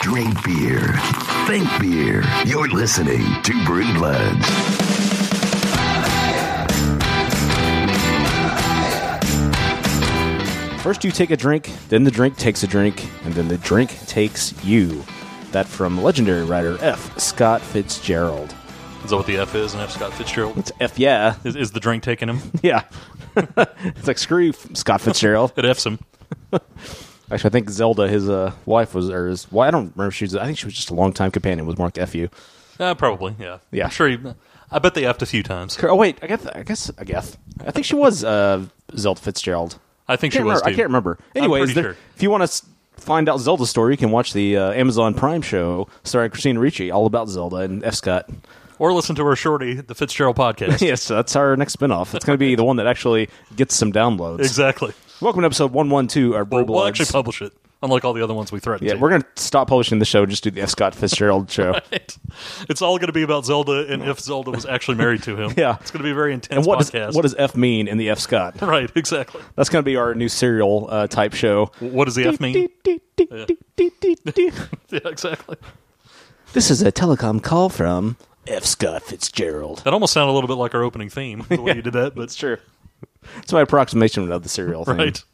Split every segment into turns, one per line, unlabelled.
Drink beer. Think beer. You're listening to Brewbloods.
First, you take a drink, then the drink takes a drink, and then the drink takes you. That from legendary writer F. Scott Fitzgerald.
Is that what the F is? And F. Scott Fitzgerald
It's F, yeah.
is, is the drink taking him?
Yeah. it's like, screw you, Scott Fitzgerald.
It F's him.
Actually, I think Zelda, his uh, wife, was, or his, well, I don't remember if she was, I think she was just a longtime companion with Mark F. U.
Uh, probably, yeah.
Yeah.
I'm sure. He, I bet they effed a few times.
Oh, wait, I guess, I guess, I guess. I think she was uh, Zelda Fitzgerald.
I think she
can't
was
remember- I
too.
can't remember. Anyways,
pretty
there-
sure.
if you want to s- find out Zelda's story, you can watch the uh, Amazon Prime show starring Christina Ricci, all about Zelda and F. Scott.
Or listen to our shorty, the Fitzgerald podcast.
yes, so that's our next spinoff. It's going to be the one that actually gets some downloads.
exactly.
Welcome to episode one one two. Our
Well,
Brew
we'll
Blogs.
actually publish it, unlike all the other ones we threatened
yeah,
to.
we're going to stop publishing the show. and Just do the F. Scott Fitzgerald show.
Right. It's all going to be about Zelda and if Zelda was actually married to him.
Yeah.
It's going to be a very intense
And what
podcast.
does what does F mean in the F. Scott?
right, exactly.
That's going to be our new serial uh, type show.
What does the F mean?
This
yeah, exactly.
is a telecom call from F. Scott Fitzgerald.
That almost sounded a little bit like our opening theme, the way you did that, but
It's true. It's my approximation of the serial thing.
right.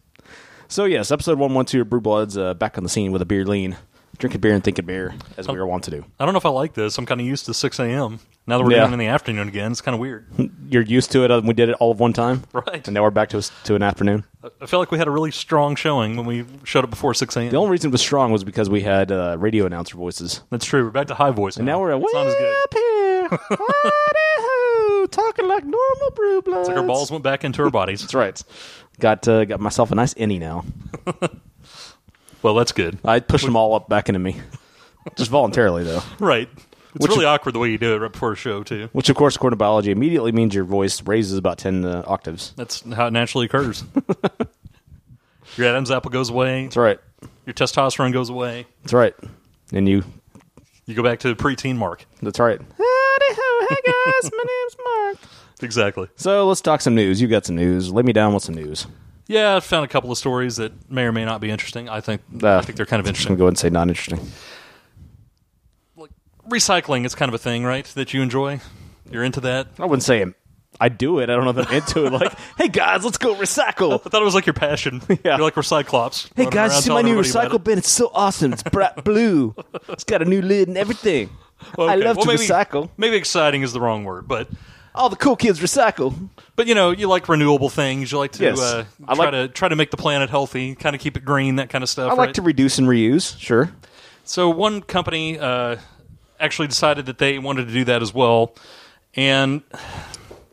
So yes, episode one one two of Brew Bloods uh, back on the scene with a beer lean, drinking beer and thinking beer as
Oh.
we are wont to do.
I don't know if I like this. I'm kind of used to 6 a.m. Now that we're
Yeah. Hmm.
doing it in the afternoon again, it's kind of weird.
You're used to it. Uh, we did it all of one time,
Right.
And now we're back to us to an afternoon.
I feel like we had a really strong showing when we showed up before 6 a.m.
The only reason it was strong was because we had uh, radio announcer voices.
That's true. We're back to high voice.
Now we're at
it's not as good.
up here, Howdy-ho, talking like normal Brew Bloods.
Like our balls went back into our bodies.
That's right. Got uh, got myself a nice innie now.
Well, that's good.
I pushed them all up back into me, just voluntarily though.
Right. It's
Which-
really awkward the way you do it right before a show, too.
Which, of course, according to biology, immediately means your voice raises about ten uh, octaves.
That's how it naturally occurs. Your Adam's apple goes away.
That's right.
Your testosterone goes away.
That's right. And you.
You go back to preteen mark.
That's right. hey guys, my name's Mark.
Exactly.
So let's talk some news. You got some news. Lay me down with some news.
Yeah, I found a couple of stories that may or may not be interesting. I think
Uh,
I think they're kind of
I'm just gonna
interesting.
go ahead and say not interesting.
Recycling, it's kind of a thing, right? That you enjoy. You're into that.
I wouldn't say I do it. I don't know that I'm into it. Like, hey guys, let's go recycle.
I thought it was like your passion. You're like Recyclops.
Hey guys, see my new recycle
recycle.
bin. It's so awesome. It's bright blue. It's got a new lid and everything. I love to
maybe,
recycle.
Maybe exciting is the wrong word, but
All the cool kids recycle.
but you know you like renewable things. You like to
Yes.
uh,
I
try
like-
to try to make the planet healthy, kind of keep it green, that kind of stuff.
I like
right?
to reduce and reuse. Sure.
So one company uh, actually decided that they wanted to do that as well, and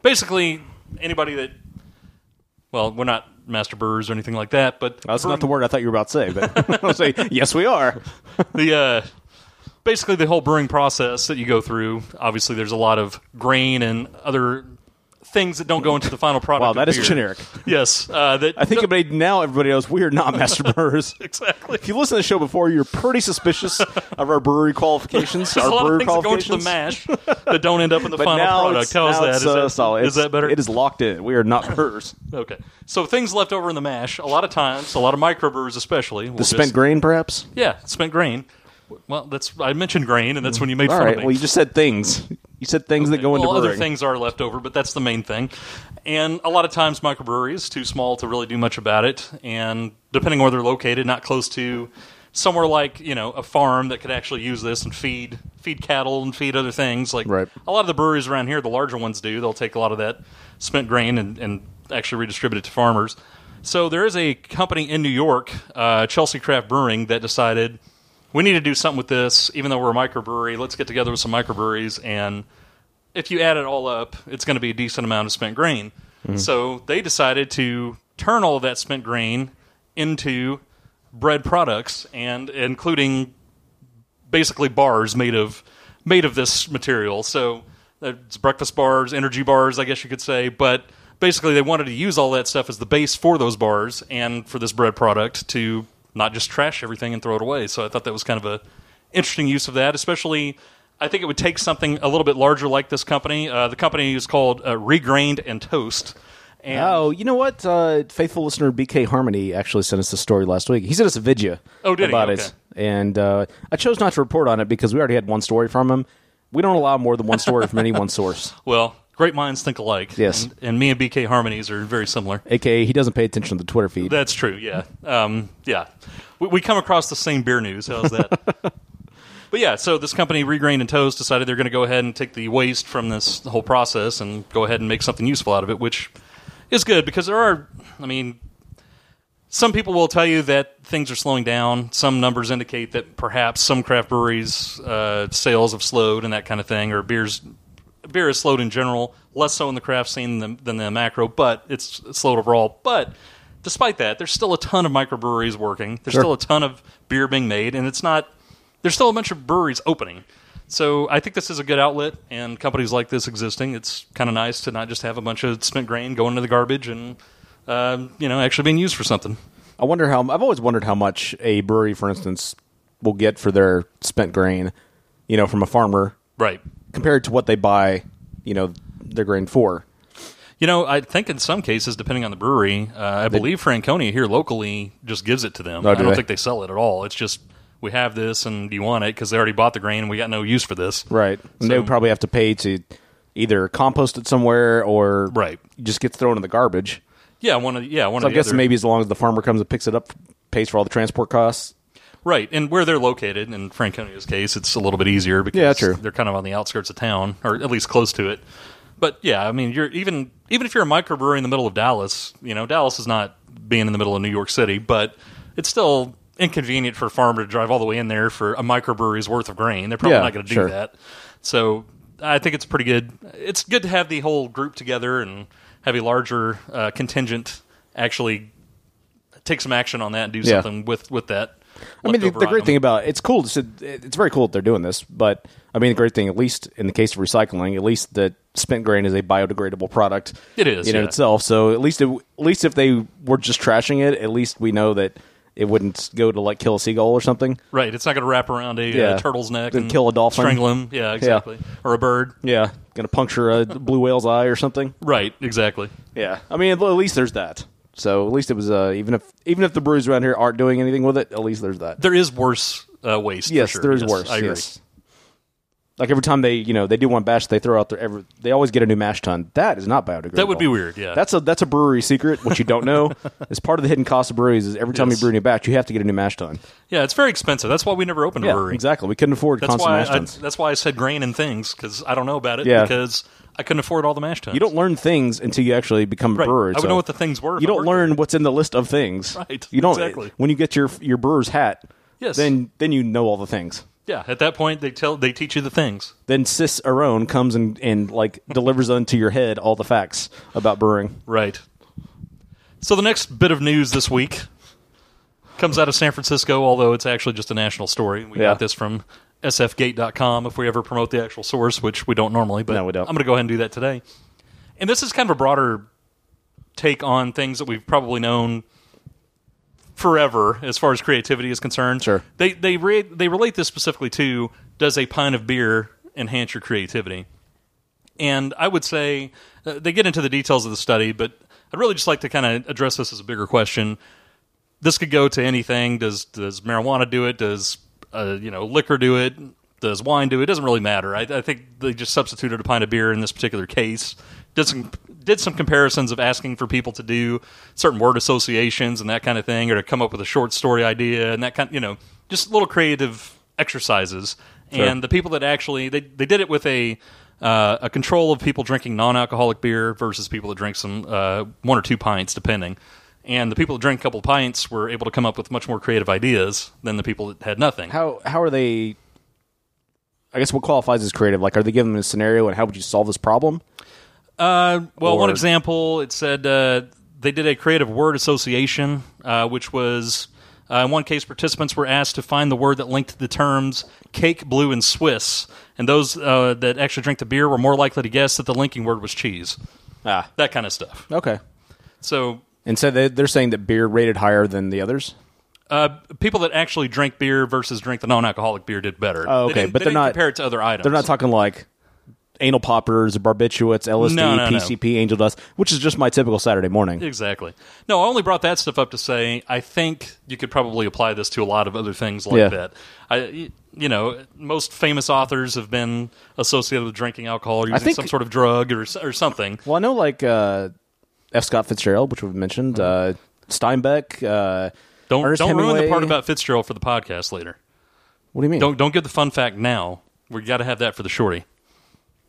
basically anybody that, well, we're not master brewers or anything like that, but
That's not the word I thought you were about to say, but I'll say yes, we are.
the uh, basically the whole brewing process that you go through. Obviously, there's a lot of grain and other things that don't go into the final product.
Wow,
of
that is
beer.
generic.
Yes, uh, that
I think everybody now everybody knows we are not master brewers.
exactly.
If you listen to the show before, you're pretty suspicious of our brewery qualifications.
There's
our
a lot of
brewer
things that go into the
qualifications.
mash that don't end up in the
But
final
now
product.
it's,
How is
now
that?
it's,
Is
uh,
that-
solid.
is that
It's-
better?
It is locked in. We are not brewers.
Okay. So things left over in the mash, a lot of times, a lot of microbrewers especially. Will
The spent grain, perhaps.
Yeah, spent grain. Well, that's I mentioned grain, and that's when you made
Mm. All
fun
right.
of me.
Well, you just said things. You said things that go into
Well, other
brewing.
things are left over, but that's the main thing. And a lot of times, microbreweries too small to really do much about it. And depending where they're located, not close to somewhere like you know a farm that could actually use this and feed feed cattle and feed other things. Like
Right.
a lot of the breweries around here, the larger ones do. They'll take a lot of that spent grain and, and actually redistribute it to farmers. So there is a company in New York, uh, Chelsea Craft Brewing, that decided we need to do something with this. Even though we're a microbrewery, let's get together with some microbreweries and if you add it all up, it's going to be a decent amount of spent grain. So they decided to turn all of that spent grain into bread products, and including basically bars made of made of this material. So uh, it's breakfast bars, energy bars, I guess you could say. But basically, they wanted to use all that stuff as the base for those bars and for this bread product to not just trash everything and throw it away. So I thought that was kind of a interesting use of that, especially. I think it would take something a little bit larger like this company. Uh, the company is called uh, Regrained and Toast. And
Oh, you know what? Uh, faithful listener BK Harmony actually sent us a story last week. He sent us a video
Oh, did he?
about
Okay.
it. and uh, I chose not to report on it because we already had one story from him. We don't allow more than one story from any one source.
Well, great minds think alike.
Yes.
And, and me and BK Harmonies are very similar.
AKA, he doesn't pay attention to the Twitter feed.
That's true. Yeah. Um, yeah. We, we come across the same beer news. How's that? but yeah, so this company, Regrain and Toast, decided they're going to go ahead and take the waste from this whole process and go ahead and make something useful out of it, which is good because there are, I mean, some people will tell you that things are slowing down. Some numbers indicate that perhaps some craft breweries' uh, sales have slowed and that kind of thing, or beers beer is slowed in general, less so in the craft scene than, than the macro, but it's, it's slowed overall. But despite that, there's still a ton of microbreweries working. There's
Sure.
still a ton of beer being made, and it's not. There's still a bunch of breweries opening. So I think this is a good outlet, and companies like this existing, it's kind of nice to not just have a bunch of spent grain going into the garbage and um, you know actually being used for something.
I wonder how. I've always wondered how much a brewery, for instance, will get for their spent grain, you know, from a farmer
Right.
compared to what they buy, you know, their grain for.
You know, I think in some cases, depending on the brewery, uh, I believe Franconia here locally just gives it to them.
Oh,
I
do
don't
they?
think they sell it at all. It's just we have this and do you want it because they already bought the grain and we got no use for this.
Right. And they would probably have to pay to either compost it somewhere or
Right.
just gets thrown in the garbage.
Yeah, one of the, yeah one
So
of
I
the
guess
other-
maybe as long as the farmer comes and picks it up, pays for all the transport costs.
right and where they're located in Franconia's case, it's a little bit easier because
Yeah, true.
they're kind of on the outskirts of town or at least close to it. But yeah, I mean, you're even even if you're a microbrewery in the middle of Dallas, you know, Dallas is not being in the middle of New York City, but it's still inconvenient for a farmer to drive all the way in there for a microbrewery's worth of grain. They're probably
Yeah,
not going to do
sure.
that. So I think it's pretty good. It's good to have the whole group together and have a larger uh, contingent actually take some action on that and do
Yeah.
something with with that.
I mean, the,
leftover
the great
item.
thing about it's cool. To, sit- it's very cool that they're doing this, but I mean, the great thing, at least in the case of recycling, at least that spent grain is a biodegradable product.
It is,
in
yeah.
itself. So at least, it, at least if they were just trashing it, at least we know that it wouldn't go to like kill a seagull or something.
Right, it's not going to wrap around a
Yeah.
uh, turtle's neck
Then kill a dolphin.
strangle him. Yeah, exactly, or a bird.
Yeah, gonna puncture a blue whale's eye or something.
Right, exactly.
Yeah, I mean, at at least there's that. So at least it was uh, even if even if the brews around here aren't doing anything with it, at least there's that.
There is worse uh, waste. for
yes,
sure.
there is worse.
I agree.
Yes. Like every time they, you know, they do one batch, they throw out their every. They always get a new mash ton. That is not biodegradable.
That would be weird, yeah.
that's a that's a brewery secret. What you don't know is part of the hidden cost of breweries is every time
Yes.
you brew a new batch, you have to get a new mash ton.
Yeah, it's very expensive. That's why we never opened a
Yeah,
brewery.
exactly. We couldn't afford
That's
constant
why
mash
I,
tons.
that's why I said grain and things because I don't know about it
Yeah.
because I couldn't afford all the mash tons.
you don't learn things until you actually become a
Right.
brewer.
I would
so
know what the things were. if
You
I
don't
worked
learn what's in the list of things.
Right,
You don't
exactly.
when you get your your brewer's hat.
Yes.
Then then you know all the things.
there. Yeah, at that point they tell they teach you the things.
Then Sis Aron comes and, and like delivers unto your head all the facts about brewing.
Right. So the next bit of news this week comes out of San Francisco, although it's actually just a national story. We
Yeah.
got this from sfgate.com if we ever promote the actual source, which we don't normally, but
No, we don't.
I'm going to go ahead and do that today. And this is kind of a broader take on things that we've probably known forever as far as creativity is concerned.
Sure.
They they re- they relate this specifically to does a pint of beer enhance your creativity? And I would say uh, they get into the details of the study, but I'd really just like to kind of address this as a bigger question. This could go to anything. Does does marijuana do it? Does uh, you know liquor do it? Does wine do it? Doesn't really matter. I, I think they just substituted a pint of beer in this particular case. Did some did some comparisons of asking for people to do certain word associations and that kind of thing, or to come up with a short story idea and that kind. You know, just little creative exercises. And the people that actually they they did it with a uh, a control of people drinking non-alcoholic beer versus people that drink some uh, one or two pints, depending. And the people that drank a couple pints were able to come up with much more creative ideas than the people that had nothing.
How how are they? I guess what qualifies as creative? Like, are they given a scenario and how would you solve this problem?
Uh, well, one
Or-
example, it said uh, they did a creative word association, uh, which was uh, in one case, participants were asked to find the word that linked the terms cake, blue, and Swiss. And those uh, that actually drank the beer were more likely to guess that the linking word was cheese.
Ah,
That kind of stuff.
okay.
So
And so they, they're saying that beer rated higher than the others.
Uh, people that actually drink beer versus drink the non-alcoholic beer did better.
Oh, okay,
They didn't-
but
they
they're
didn't
not-
compare it to other items.
They're not talking like anal poppers, barbiturates, LSD,
No, no, no.
PCP, angel dust, which is just my typical Saturday morning.
Exactly. No, I only brought that stuff up to say I think you could probably apply this to a lot of other things like
Yeah.
that. I, you know, most famous authors have been associated with drinking alcohol or using
think-
some sort of drug or s- or something.
Well, I know like uh, F. Scott Fitzgerald, which we've mentioned, uh, Steinbeck. Uh,
Don't
Ernest
don't ruin the
Hemingway.
part about Fitzgerald for the podcast later.
What do you mean?
Don't don't give the fun fact now. We got to have that for the shorty.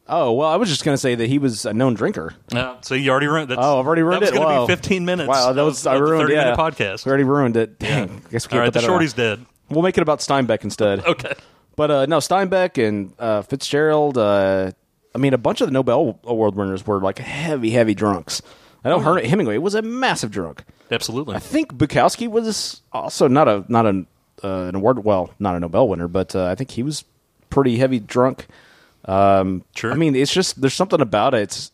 oh, well, I was just gonna say that he was a known drinker.
Uh, so you already ruined. That's,
Oh, I've already ruined
that
it.
was going to
Wow.
be fifteen minutes.
Wow, that was
of-
I
of the
ruined yeah.
thirty-minute
We
podcast.
already ruined it. Dang, I guess we can't
All right,
put
the
that on.
shorty's dead.
We'll make it about Steinbeck instead.
Okay.
But uh, no, Steinbeck and uh, Fitzgerald. Uh, I mean, a bunch of the Nobel Award winners were like heavy, heavy drunks. I
Oh,
know Her- Hemingway was a massive drunk.
Absolutely.
I think Bukowski was also not a not an uh, an award well not a Nobel winner, but uh, I think he was pretty heavy drunk. Um,
Sure.
I mean, it's just there's something about it. It's,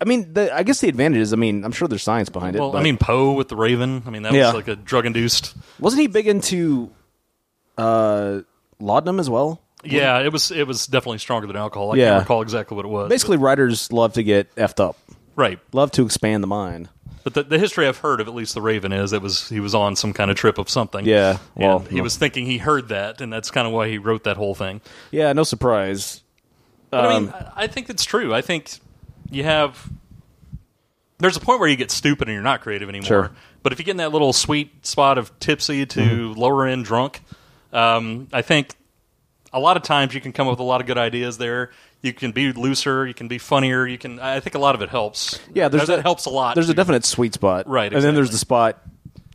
I mean, the, I guess the advantage is, I mean, I'm sure there's science behind it.
Well, I
but-
mean Poe with the Raven. I mean that
Yeah.
was like a drug-induced.
wasn't he big into uh, laudanum as well?
Yeah, it was it was definitely stronger than alcohol. I
Yeah.
can't recall exactly what it was.
Basically, writers love to get effed up,
but- right.
love to expand the mind.
But the, the history I've heard of at least the Raven is it was he was on some kind of trip of something.
Yeah, well,
and he
no.
was thinking he heard that, and that's kind of why he wrote that whole thing.
Yeah, no surprise.
But I mean,
Um,
I- I think it's true. I think you have. There's a point where you get stupid and you're not creative anymore.
Sure.
But if you get in that little sweet spot of tipsy to
Mm-hmm.
lower end drunk, um, I think a lot of times you can come up with a lot of good ideas there. You can be looser. You can be funnier. You can. I think a lot of it helps.
Yeah, there's
that
a-
helps a lot.
There's a
to-
definite sweet spot,
Right,
And then there's
exactly.
the spot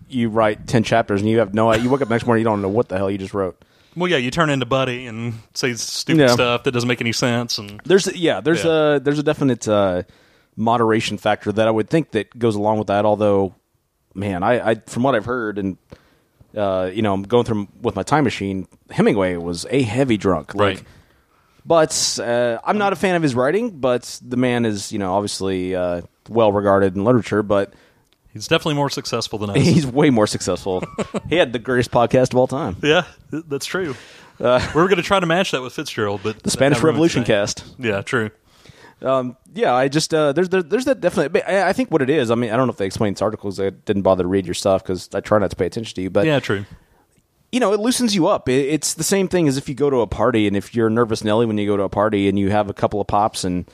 you write ten chapters and you have no. You wake up next morning, you don't know what the hell you just wrote.
Well, yeah, you turn into Buddy and say stupid
Yeah.
stuff that doesn't make any sense, and
There's yeah, there's
Yeah.
a there's a definite uh, moderation factor that I would think that goes along with that. Although, man, I, I from what I've heard and uh, you know, I'm going through with my time machine. Hemingway was a heavy drunk, like,
Right.
But uh, I'm not a fan of his writing. But the man is you know obviously uh, well regarded in literature, but.
he's definitely more successful than us.
He's way more successful. he had the greatest podcast of all time.
yeah, th- that's true. we were going to try to match that with Fitzgerald, but
Uh, The Spanish Revolution cast.
Yeah, true.
Yeah, I just uh, there's there, there's that definitely. I I think what it is. I mean, I don't know if they explain this article 'cause I didn't bother to read your stuff because I try not to pay attention to you. But
Yeah, true.
you know, it loosens you up. It, it's the same thing as if you go to a party and if you're a nervous Nelly when you go to a party and you have a couple of pops and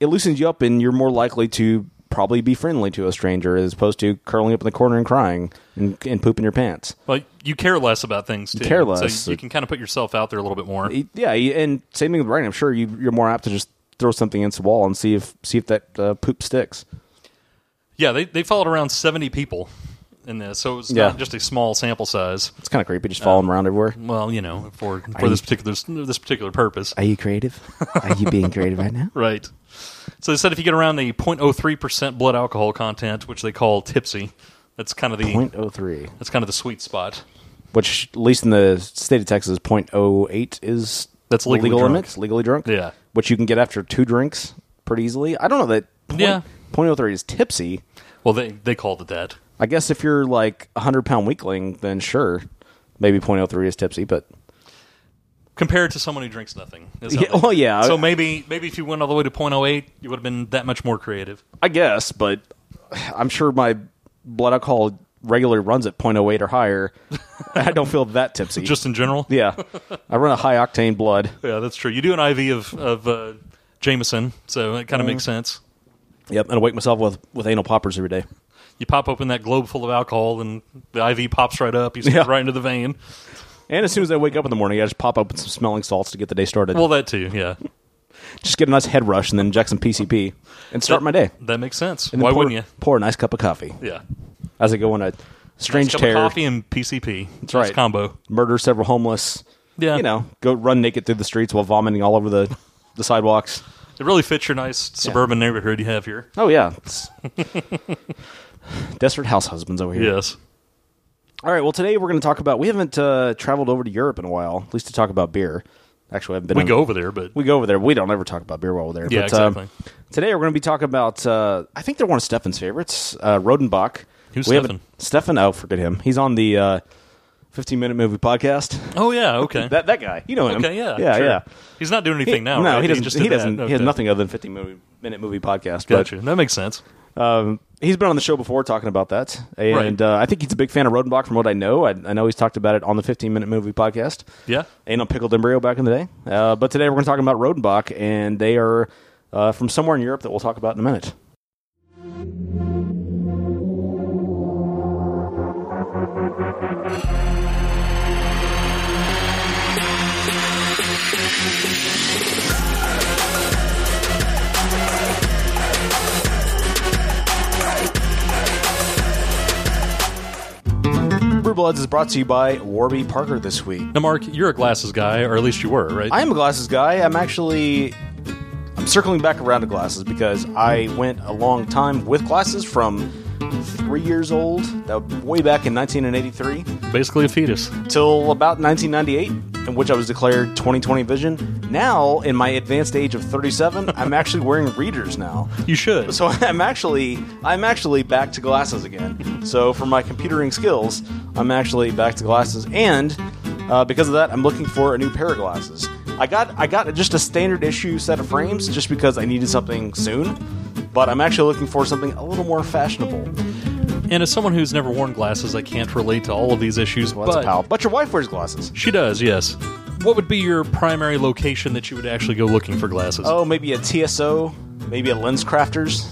it loosens you up and you're more likely to probably be friendly to a stranger as opposed to curling up in the corner and crying and, and pooping your pants.
Well, you care less about things too.
care less.
So you can kind of put yourself out there a little bit more.
yeah, you- and same thing with writing. I'm sure you, you're more apt to just throw something against the wall and see if see if that uh, poop sticks.
Yeah, they they followed around seventy people in this, so it was
Yeah.
not just a small sample size.
It's kind of creepy, just following around everywhere.
Well, you know, for for this particular this particular purpose,
Are you creative? Are you being creative right now?
right? So they said if you get around the 0.03 percent blood alcohol content, which they call tipsy, that's kind of the
0.03,
that's kind of the sweet spot.
which at least in the state of Texas, 0.08 is
That's
the
legally
legal
drunk.
limit. It's legally drunk.
Yeah.
which you can get after two drinks pretty easily. I don't know that. Point,
Yeah.
0.03 is tipsy.
Well, they they called it that.
I guess if you're like a hundred pound weakling, then sure, maybe 0.03 is tipsy. But
Compared to someone who drinks nothing. is how
Yeah,
they-
well, yeah.
So maybe maybe if you went all the way to 0.08, you would have been that much more creative.
I guess, but I'm sure my blood alcohol regularly runs at 0.08 or higher. I don't feel that tipsy.
Just in general.
yeah, I run a high octane blood.
Yeah, that's true. You do an IV of of uh, Jameson, so it kind of makes
Mm-hmm.
sense.
Yep, and I wake myself with with anal poppers every day.
You pop open that globe full of alcohol, and the IV pops right up. You stick
Yeah.
it right into the vein.
And as soon as I wake up in the morning, I just pop open some smelling salts to get the day started.
Well, that too. Yeah,
just get a nice head rush and then inject some PCP and start my day.
that makes sense.
And then
Why
pour,
wouldn't you?
pour a nice cup of coffee
Yeah,
as I go on a strange
Nice cup of
tear,
coffee and PCP. That's
right.
Combo.
murder several homeless.
Yeah.
you know, go run naked through the streets while vomiting all over the the sidewalks.
It really fits your nice suburban neighborhood you have here.
Oh yeah. It's- Desperate house husbands over here.
Yes.
All right. Well, today we're going to talk about. We haven't uh, traveled over to Europe in a while, at least to talk about beer. Actually, I haven't been.
We
in-
go over there, but
We go over there. We don't ever talk about beer while we're there.
Yeah,
but, um,
exactly.
today we're going to be talking about. Uh, I think they're one of Stefan's favorites, uh, Rodenbach.
Who's
we
Stefan?
haven't- Stefan. Oh, forget him. He's on the uh, 15 minute movie podcast.
Oh yeah, okay.
That that guy, you know him.
okay, yeah.
yeah,
sure.
yeah.
He's not doing anything now.
no,
right?
he doesn't. He,
just did that.
doesn't. He has
Okay.
nothing other than 15 movie, minute movie podcast. but-
Gotcha. That makes sense.
Um, he's been on the show before talking about that, and
Right.
uh, I think he's a big fan of Rodenbach. From what I know, I, I know he's talked about it on the 15 Minute Movie podcast.
Yeah.
and on Pickled Embryo back in the day. Uh, but today we're going to talk about Rodenbach, and they are uh, from somewhere in Europe that we'll talk about in a minute. Brew Bloods is brought to you by Warby Parker this week.
Now, Mark, you're a glasses guy, or at least you were, right?
I am a glasses guy. I'm actually I'm circling back around to glasses because I went a long time with glasses from three years old, that was way back in 1983,
Basically a fetus.
till about 1998, in which I was declared 2020 vision. Now, in my advanced age of 37, I'm actually wearing readers now.
You should.
So I'm actually I'm actually back to glasses again. So for my computering skills, I'm actually back to glasses, and uh, because of that, I'm looking for a new pair of glasses. I got I got just a standard issue set of frames just because I needed something soon, but I'm actually looking for something a little more fashionable.
And as someone who's never worn glasses, I can't relate to all of these issues.
Well, that's a
but
pal. But your wife wears glasses.
She does, yes. What would be your primary location that you would actually go looking for glasses?
Oh, maybe a TSO, maybe a Lens Crafters,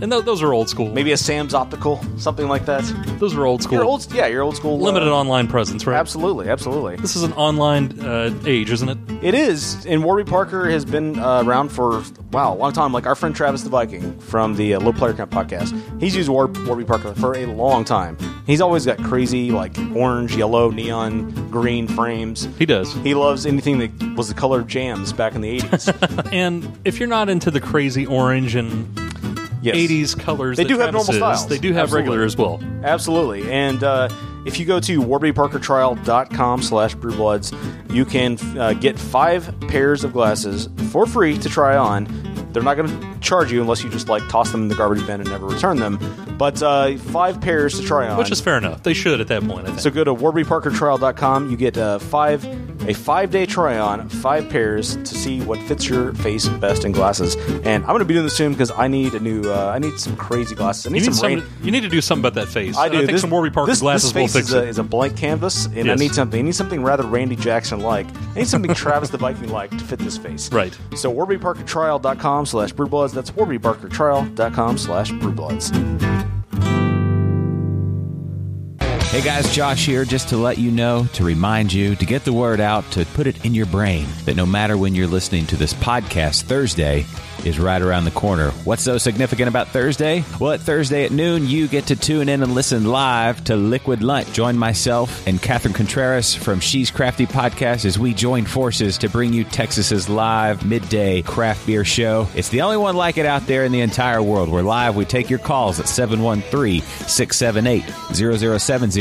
and th- those are old school.
maybe a Sam's Optical, something like that.
those are old school.
Your old, yeah, your old school.
Limited
uh,
online presence, right?
Absolutely, absolutely.
This is an online uh, age, isn't it?
It is, and Warby Parker has been uh, around for wow, a long time. Like our friend Travis the Viking from the uh, Low Player Count podcast, he's used War- Warby Parker for a long time. He's always got crazy like orange, yellow, neon, green frames.
He does.
He loves anything that was the color of jams back in the eighties.
And if you're not into the crazy orange and
yes.
80s colors,
They
that
do have
Travis
normal
is,
styles.
They do have
Absolutely.
regular as well.
Absolutely. And uh, if you go to warbyparkertrial.com slash brewbloods, you can uh, get five pairs of glasses for free to try on. They're not going to charge you unless you just like toss them in the garbage bin and never return them. But uh, five pairs to try on.
Which is fair enough. They should at that point, I think.
so go to warbyparkertrial.com. You get uh, five a five day try on, five pairs to see what fits your face best in glasses. And I'm going to be doing this soon because I need a new. Uh, I need some crazy glasses. I need,
you, need
some rain-
some- you need to do something about that face.
I
And
do.
I think
this,
some Warby Parker
this, this
glasses
face
will fix
is a,
it.
is a blank canvas, and I
Yes.
need something. I need something rather Randy Jackson like. I need something Travis the Viking like to fit this face.
Right.
So warbyparkertrial.com slash brewbloods. That's warbyparkertrial.com slash brewbloods.
Hey guys, Josh here, just to let you know, to remind you, to get the word out, to put it in your brain that no matter when you're listening to this podcast, Thursday is right around the corner. What's so significant about Thursday? Well, at Thursday at noon, you get to tune in and listen live to Liquid Lunch. Join myself and Catherine Contreras from She's Crafty Podcast as we join forces to bring you Texas's live midday craft beer show. It's the only one like it out there in the entire world. We're live. We take your calls at 713 678 0070.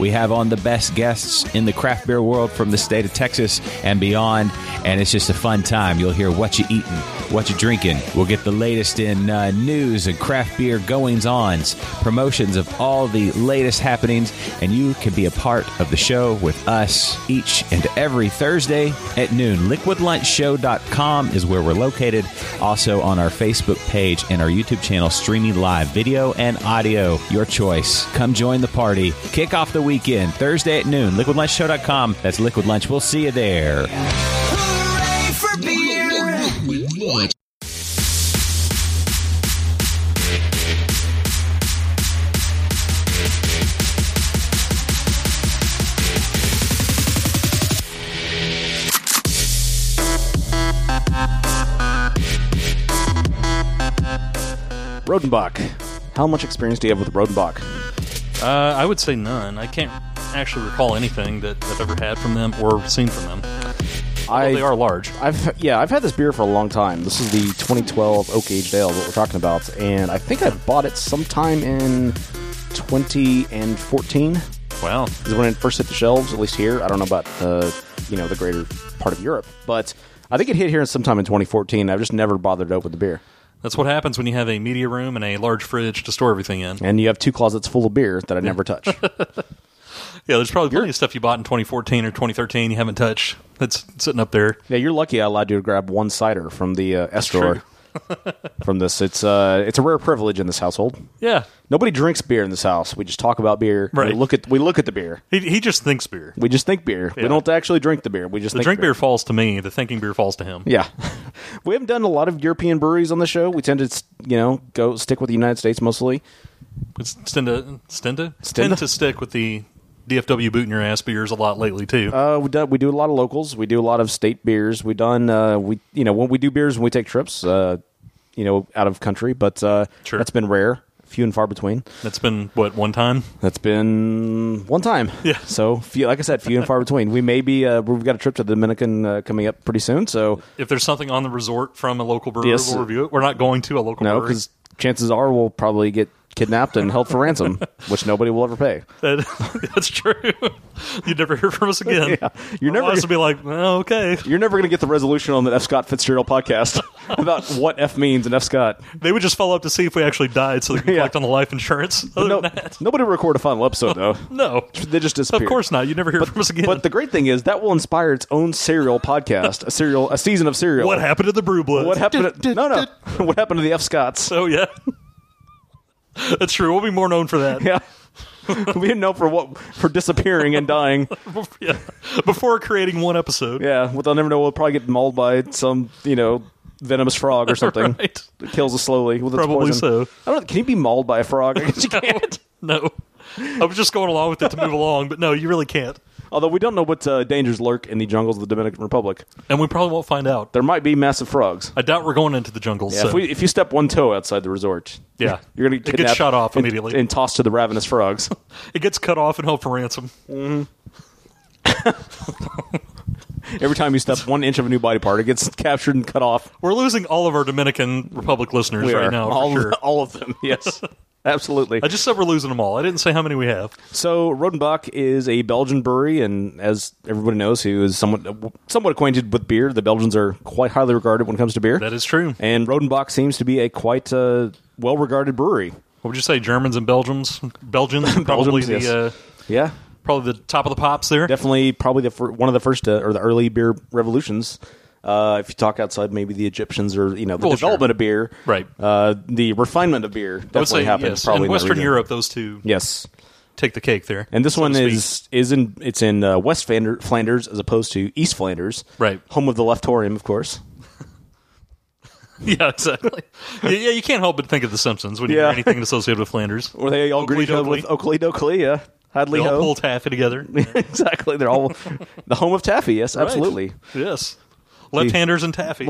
We have on the best guests in the craft beer world from the state of Texas and beyond. And it's just a fun time. You'll hear what you eating, what you drinking. We'll get the latest in uh, news and craft beer goings ons, promotions of all the latest happenings. And you can be a part of the show with us each and every Thursday at noon. LiquidLunchShow.com is where we're located. Also on our Facebook page and our YouTube channel, streaming live video and audio, your choice. Come join the party. Kick off the weekend, Thursday at noon. LiquidLunchShow.com. That's Liquid Lunch. We'll see you there.
Hooray for beer!
Rodenbach. How much experience do you have with Rodenbach?
Uh, I would say none. I can't actually recall anything that I've ever had from them or seen from them.
I,
they are large.
I've yeah, I've had this beer for a long time. This is the 2012 Oak Age Ale that we're talking about, and I think I bought it sometime in 20 and 14.
Wow.
is when it first hit the shelves, at least here. I don't know about uh, you know the greater part of Europe, but I think it hit here sometime in 2014. I've just never bothered to open the beer,
That's what happens when you have a media room and a large fridge to store everything in.
and you have two closets full of beer that I never touch.
Yeah, there's probably plenty of stuff you bought in 2014 or 2013 you haven't touched that's sitting up there.
Yeah, you're lucky I allowed you to grab one cider from the uh, S drawer from this. It's uh, it's a rare privilege in this household.
Yeah,
Nobody drinks beer in this house. We just talk about beer. We
Right.
look at we look at the beer.
he, he just thinks beer.
We just think beer. We
Yeah.
don't actually drink the beer. We just
The
think
drink beer falls to me. The thinking beer falls to him.
Yeah, we haven't done a lot of European breweries on the show. We tend to you know go stick with the United States mostly.
It's tend to tend to
Stenda?
tend to stick with the DFW boot in your ass beers a lot lately too.
Uh, we do we do a lot of locals. We do a lot of state beers. We done uh, we you know when we do beers when we take trips, uh, you know out of country, but uh,
Sure.
that's been rare, few and far between.
that's been what one time.
That's been one time.
Yeah.
So few, like I said, few and far between. We may be uh, we've got a trip to the Dominican uh, coming up pretty soon. So
If there's something on the resort from a local brewery,
Yes.
we'll review it. We're not going to a local
no,
brewery.
because chances are we'll probably get kidnapped and held for ransom, which nobody will ever pay.
That- that's true. You'd never hear from us again.
Yeah. You're never
Otherwise,
gonna-
we'll be like, well, okay.
You're never going to get the resolution on the F. Scott Fitzgerald podcast about what F means and F. Scott.
They would just follow up to see if we actually died, so they could
Yeah.
collect on the life insurance. Other
No,
than that,
nobody will record a final episode though.
no,
They just disappear.
of course not. You'd never hear from us again.
But the great thing is that will inspire its own serial podcast, a serial, a season of serial.
what happened to the brew bloods?
What happened? To, no, no. What happened to the F. Scotts?
So yeah, that's true. We'll be more known for that.
Yeah. we didn't know for what for disappearing and dying.
yeah. Before creating one episode.
Yeah, well, they'll never know. We'll probably get mauled by some, you know, venomous frog or something.
Right.
It kills us slowly. With its
Probably
poison.
so.
I don't. know, Can you be mauled by a frog? I guess you can't.
No. I was just going along with it to move along, but no, you really can't.
Although we don't know what uh, dangers lurk in the jungles of the Dominican Republic.
And we probably won't find out.
There might be massive frogs.
I doubt we're going into the jungle.
Yeah,
so.
if, we, if you step one toe outside the resort,
Yeah.
you're gonna
It
get
gets shot off immediately.
and, tossed to the ravenous frogs.
it gets cut off and held for ransom.
Every time you step one inch of a new body part, it gets captured and cut off.
We're losing all of our Dominican Republic listeners
We
right
are
now, for
all
sure.
all of them. Yes, absolutely.
I just said we're losing them all. I didn't say how many we have.
So Rodenbach is a Belgian brewery, and as everybody knows, who is somewhat somewhat acquainted with beer, the Belgians are quite highly regarded when it comes to beer.
That is true.
and Rodenbach seems to be a quite uh, well regarded brewery.
What would you say, Germans and Belgians? Belgians, probably
Belgians,
the
yes.
uh,
Yeah,
probably the top of the pops there.
definitely, probably the fir- one of the first uh, or the early beer revolutions. Uh, if you talk outside, maybe the Egyptians or you know the
Well, sure.
development of beer,
Right.
Uh, the refinement of beer
I would
definitely
say
happened.
yes.
Probably
in
the
Western
region.
Europe, those two
Yes,
take the cake there.
And this
so
one
to speak.
is is in it's in uh, West Flander, Flanders as opposed to East Flanders,
Right.
Home of the Leftorium, of course.
yeah, exactly. yeah, yeah, you can't help but think of the Simpsons when you
Yeah.
hear anything associated with Flanders.
Were they all
Oakley
greeted
Dokley.
with Oakley Dokley? Yeah,
They
Hadley
all
Ho.
pull taffy together.
exactly, they're all the home of taffy. Yes, absolutely.
Yes. Left-handers and taffy,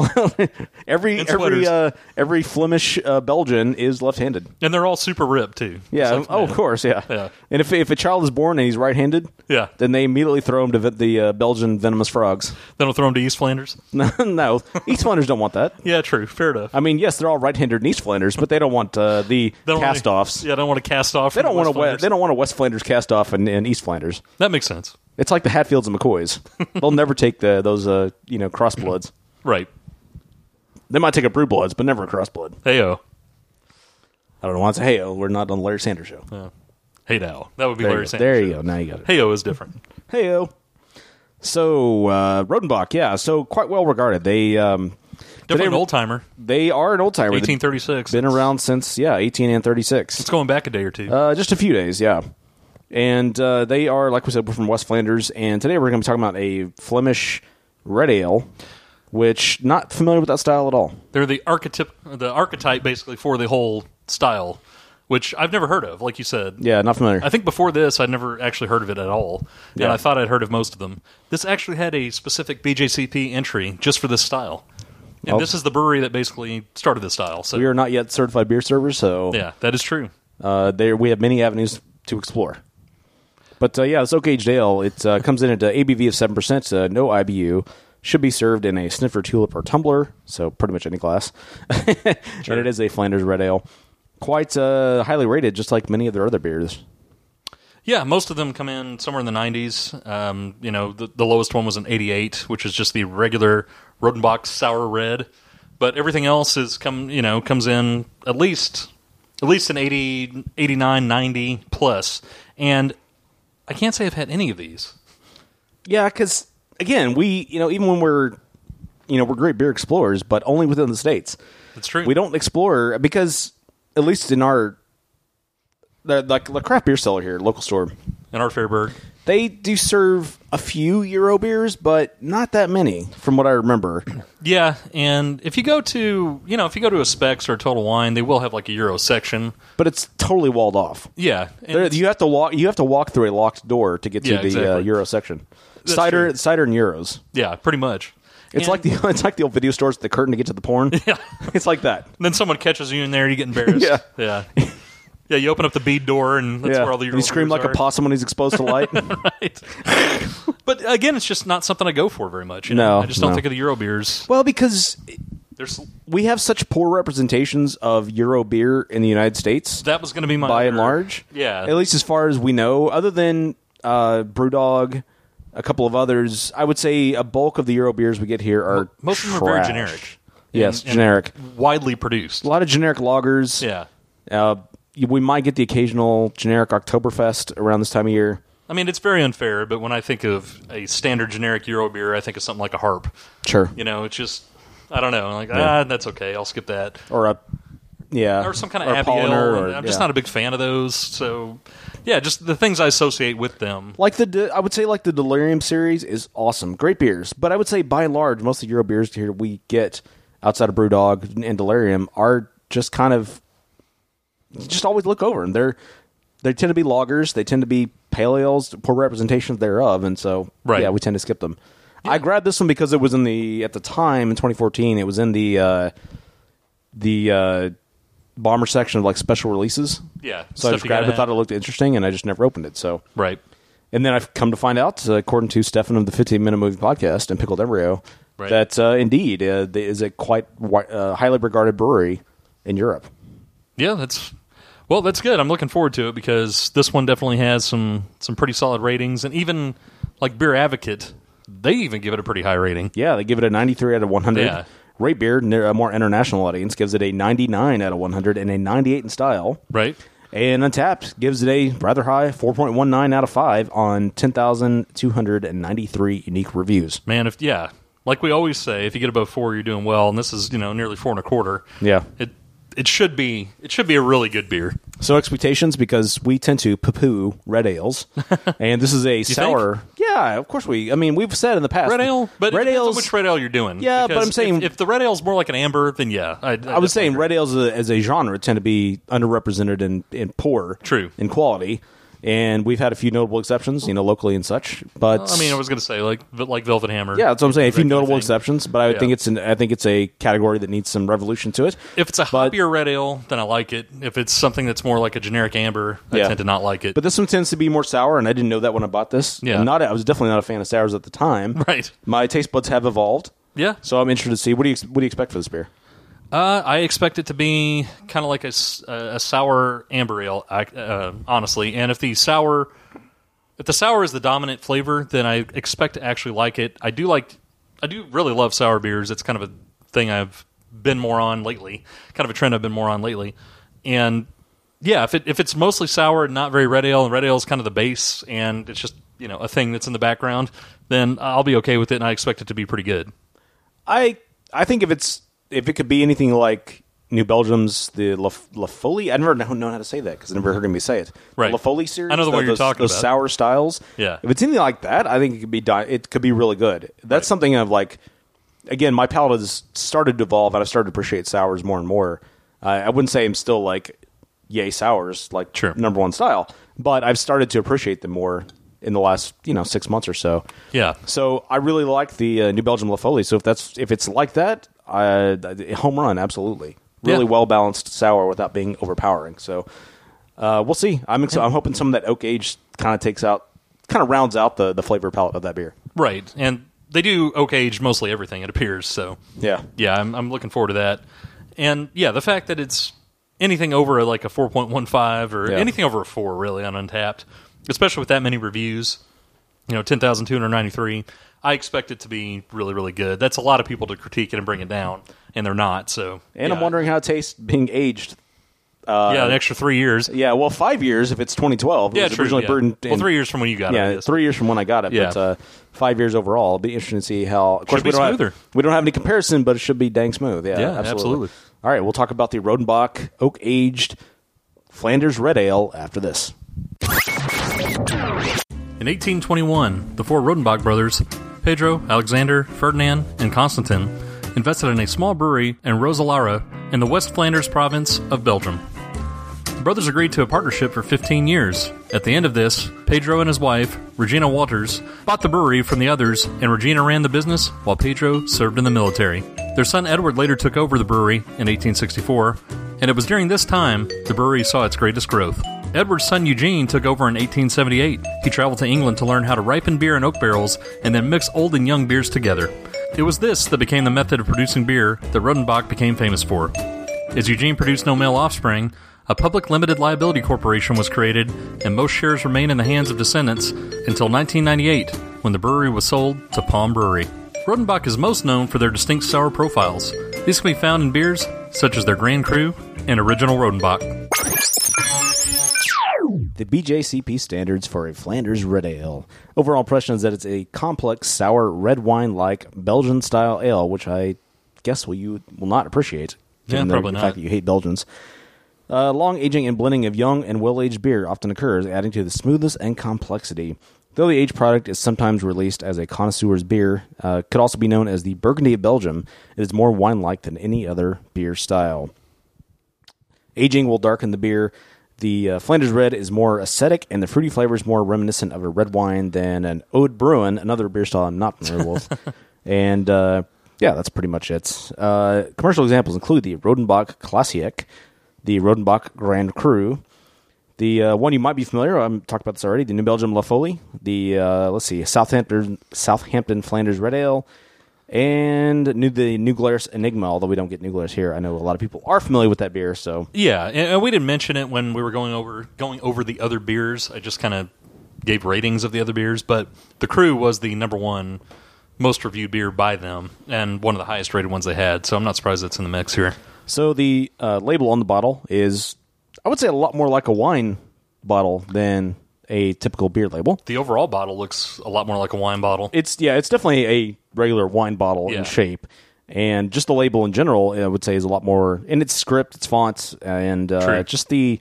Every every
And sweaters.
uh, every Flemish uh, Belgian is left-handed.
and they're all super ripped too.
Yeah,
It's like,
oh, of
man.
course, yeah.
Yeah.
And if if a child is born and he's right-handed,
Yeah.
then they immediately throw him to ve- the uh, Belgian venomous frogs.
Then we'll throw them to East Flanders.
no, no, East Flanders don't want that.
Yeah, true. Fair enough.
I mean, yes, they're all right-handed in East Flanders, but they don't want uh, the
They don't wanna-
cast-offs.
yeah, I don't want to cast off.
They don't want to. They don't want a West Flanders cast off in, in East Flanders.
That makes sense.
It's like the Hatfields and McCoys. They'll never take the those uh, you know crossbloods.
Right.
They might take a brew bloods, but never a crossblood.
Hey oh.
I don't know why it's a hey oh, we're not on the Larry Sanders show.
Hey now. That would be
there,
Larry
you go.
Sanders.
there you go. Now you got it.
Hey oh is different.
Hey oh. So uh, Rodenbach, yeah, so quite well regarded. They um,
Definitely an
Today-
old timer.
they are an old timer. They've
1836.
Been around since yeah, eighteen and thirty six.
It's going back a day or two.
Uh, just a few days, yeah. And uh, they are, like we said, we're from West Flanders, and today we're going to be talking about a Flemish red ale, which not familiar with that style at all.
They're the archetype, the archetype basically for the whole style, which I've never heard of. Like you said,
Yeah, not familiar.
I think before this, I'd never actually heard of it at all,
Yeah.
and I thought I'd heard of most of them. This actually had a specific BJCP entry just for this style, and
Oh.
this is the brewery that basically started this style. So
we are not yet certified beer servers, so
yeah, that is true.
uh, there we have many avenues to explore. But uh, yeah, this Oak Aged Ale it uh, comes in at an ABV of seven percent, uh, no IBU. Should be served in a snifter, tulip, or tumbler, so pretty much any glass. And it is a Flanders red ale, quite uh, highly rated, just like many of their other beers.
Yeah, most of them come in somewhere in the 90s. Um, you know, the, the lowest one was an 88, which is just the regular Rodenbach sour red. But everything else is come, you know, comes in at least at least an 80, 89, 90 plus. And I can't say I've had any of these.
Yeah, because again, we you know even when we're you know we're great beer explorers, but only within the states.
That's true.
We don't explore because at least in our the like the craft beer seller here, local store,
in our Fairburg.
they do serve a few Euro beers, but not that many from what I remember.
Yeah, and if you go to you know if you go to a Specs or a Total Wine, they will have like a Euro section.
But it's totally walled off.
Yeah, and
There,
it's-
you have to walk. You have to walk through a locked door to get to
Yeah,
the uh,
exactly.
Euro section.
That's
cider,
true.
cider, and Euros.
yeah, pretty much.
It's
And
like the it's like the old video stores, the curtain to get to the porn. Yeah, it's like that.
then someone catches you in there, you get embarrassed.
Yeah.
yeah, yeah. You open up the bead door, and that's
yeah,
where all the
And
Euro
you scream
beers
like
are.
a possum when he's exposed to light.
Right. but again, it's just not something I go for very much. you know?
No,
I just don't
no.
think of the Euro beers.
well, because
There's
we have such poor representations of Euro beer in the United States
that was going to be my
by and
other-
large.
Yeah.
At least as far as we know, other than uh, Brewdog, a couple of others, I would say a bulk of the Euro beers we get here are
most of them are very
trash.
generic.
Yes,
And- and
generic.
widely produced.
A lot of generic lagers.
Yeah.
Uh, we might get the occasional generic Oktoberfest around this time of year.
I mean, it's very unfair, but when I think of a standard generic Euro beer, I think of something like a harp.
Sure.
You know, it's just, I don't know. Like, ah, that's okay. I'll skip that.
Or a yeah.
Or some kind of
a
Abiel.
Polliner or-
I'm just
yeah.
not a big fan of those. So, yeah, just the things I associate with them.
like the De- I would say like the Delirium series is awesome, great beers. But I would say by and large, most of the Euro beers here we get outside of BrewDog and Delirium are just kind of you just always look over, and they're they tend to be loggers, they tend to be pale ales, poor representations thereof, and so
Right.
yeah, we tend to skip them. I grabbed this one because it was in the at the time in 2014, it was in the uh, the uh, bomber section of like special releases.
Yeah,
so I
stuff
just
you
grabbed
gotta
it, thought it
have.
looked interesting, and I just never opened it. So
Right.
and then I've come to find out, uh, according to Stefan of the 15 Minute Movie Podcast and Pickled Embryo,
Right.
that uh, indeed uh, th- is a quite wi- uh, highly regarded brewery in Europe.
Yeah, that's well, that's good. I'm looking forward to it because this one definitely has some some pretty solid ratings, and even like Beer Advocate, they even give it a pretty high rating.
Yeah, they give it a 93 out of 100.
Yeah.
Ray Beard, near- a more international audience, gives it a 99 out of 100 and a 98 in style.
Right?
And Untapped gives it a rather high 4.19 out of 5 on 10,293 unique reviews.
Man, if yeah, like we always say, if you get above four, you're doing well, and this is you know nearly four and a quarter.
Yeah.
It it should be it should be a really good beer.
So expectations because we tend to poo-poo red ales, and this is a sour. Yeah, of course we. I mean, we've said in the past
Red ale, but
red
it depends on
ales.
which red ale you're doing.
Yeah, but
because
I'm saying-
if, if the red ale's more like an amber, then yeah, I,
I was saying red ales as a, as a genre tend to be underrepresented and, and poor,
True.
in quality, and we've had a few notable exceptions, you know, locally and such. But
I mean, I was going to say like like Velvet Hammer.
yeah, that's what I'm saying. A few
that kind of
notable
thing.
exceptions, but I would
Yeah.
think it's an I think it's a category that needs some revolution to it.
If it's a
But-
hoppier red ale, then I like it. If it's something that's more like a generic amber, I
Yeah.
tend to not like it.
But this one tends to be more sour, and I didn't know that when I bought this.
Yeah.
I'm not I was definitely not a fan of sours at the time.
Right.
My taste buds have evolved.
yeah,
So I'm interested to see what do you what do you expect for this beer?
uh, I expect it to be kind of like a, s- uh, a sour amber ale, I, uh, honestly. And if the sour, if the sour is the dominant flavor, then I expect to actually like it. I do like, I do really love sour beers. It's kind of a thing I've been more on lately, kind of a trend I've been more on lately. And yeah, if it if it's mostly sour and not very red ale, and red ale is kind of the base, and it's just you know a thing that's in the background, then I'll be okay with it, and I expect it to be pretty good.
I I think if it's if it could be anything like New Belgium's the La, La Folie, I never know, know how to say that because I never heard anybody say it.
Right.
La Folie series.
I know the one
those,
you're talking
those
about.
sour styles.
Yeah.
If it's anything like that, I think it could be di- it could be really good. That's something of like again, my palate has started to evolve, and I've started to appreciate sours more and more. Uh, I wouldn't say I'm still like yay sours like
Sure.
number one style, but I've started to appreciate them more in the last you know six months or so.
Yeah.
So I really like the uh, New Belgium La Folie. So if that's if it's like that, uh, th- home run, absolutely. Really
Yeah.
well balanced sour without being overpowering. So uh, we'll see. I'm ex- I'm hoping some of that oak age kind of takes out, kind of rounds out the the flavor palette of that beer.
Right, and they do oak age mostly everything it appears. So
Yeah.
yeah, I'm, I'm looking forward to that. And yeah, the fact that it's anything over like a 4.15 or
Yeah.
anything over a four really on Untapped, especially with that many reviews, you know, 10,293. I expect it to be really, really good. That's a lot of people to critique it and bring it down, and they're not. So
And I'm
yeah.
wondering how it tastes being aged Uh,
yeah, an extra three years.
yeah, well, five years if it's 2012. It
Yeah,
was
true.
originally
yeah.
brewed in-
well, three years from when you got it. I
Yeah,
guess.
three years from when I got it,
Yeah.
but uh, five years overall. It'll be interesting to see how. Of course,
be
we don't
smoother.
have we don't have any comparison, but it should be dang smooth. Yeah,
Yeah,
absolutely.
absolutely.
All right, we'll talk about the Rodenbach Oak Aged Flanders Red Ale after this.
In 1821, the four Rodenbach brothers, Pedro, Alexander, Ferdinand, and Constantin, invested in a small brewery in Roselara in the West Flanders province of Belgium. The brothers agreed to a partnership for 15 years. At the end of this, Pedro and his wife, Regina Walters, bought the brewery from the others, and Regina ran the business while Pedro served in the military. Their son Edward later took over the brewery in 1864, and it was during this time the brewery saw its greatest growth. Edward's son Eugene took over in 1878. He traveled to England to learn how to ripen beer in oak barrels and then mix old and young beers together. It was this that became the method of producing beer that Rodenbach became famous for. As Eugene produced no male offspring, a public limited liability corporation was created, and most shares remain in the hands of descendants until 1998, when the brewery was sold to Palm Brewery. Rodenbach is most known for their distinct sour profiles. These can be found in beers such as their Grand Cru and Original Rodenbach.
the BJCP standards for a Flanders red ale. Overall impression is that it's a complex, sour, red wine like Belgian style ale, which I guess will you will not appreciate.
Yeah,
given the
probably not.
fact that you hate Belgians. Uh, long aging and blending of young and well aged beer often occurs, adding to the smoothness and complexity. Though the aged product is sometimes released as a connoisseur's beer, uh, could also be known as the Burgundy of Belgium, it is more wine like than any other beer style. Aging will darken the beer. The uh, Flanders Red is more acidic, and the fruity flavor is more reminiscent of a red wine than an Ode Bruin, another beer style I'm not familiar with. and uh, yeah, that's pretty much it. Uh, commercial examples include the Rodenbach Classic, the Rodenbach Grand Cru, the uh, one you might be familiar. I'm talked about this already. The New Belgium La Folie, the uh, let's see, Southampton Southampton Flanders Red Ale, and new the New Glarus Enigma. Although we don't get New Glarus here, I know a lot of people are familiar with that beer. So
Yeah, and, and we didn't mention it when we were going over going over the other beers. I just kind of gave ratings of the other beers, but the Crew was the number one most reviewed beer by them and one of the highest rated ones they had. So I'm not surprised it's in the mix here.
So the uh, label on the bottle is, I would say, a lot more like a wine bottle than a typical beer label.
The overall bottle looks a lot more like a wine bottle.
It's yeah, it's definitely a regular wine bottle
Yeah.
in shape, and just the label in general, I would say, is a lot more in its script, its fonts, and uh,
True.
just the.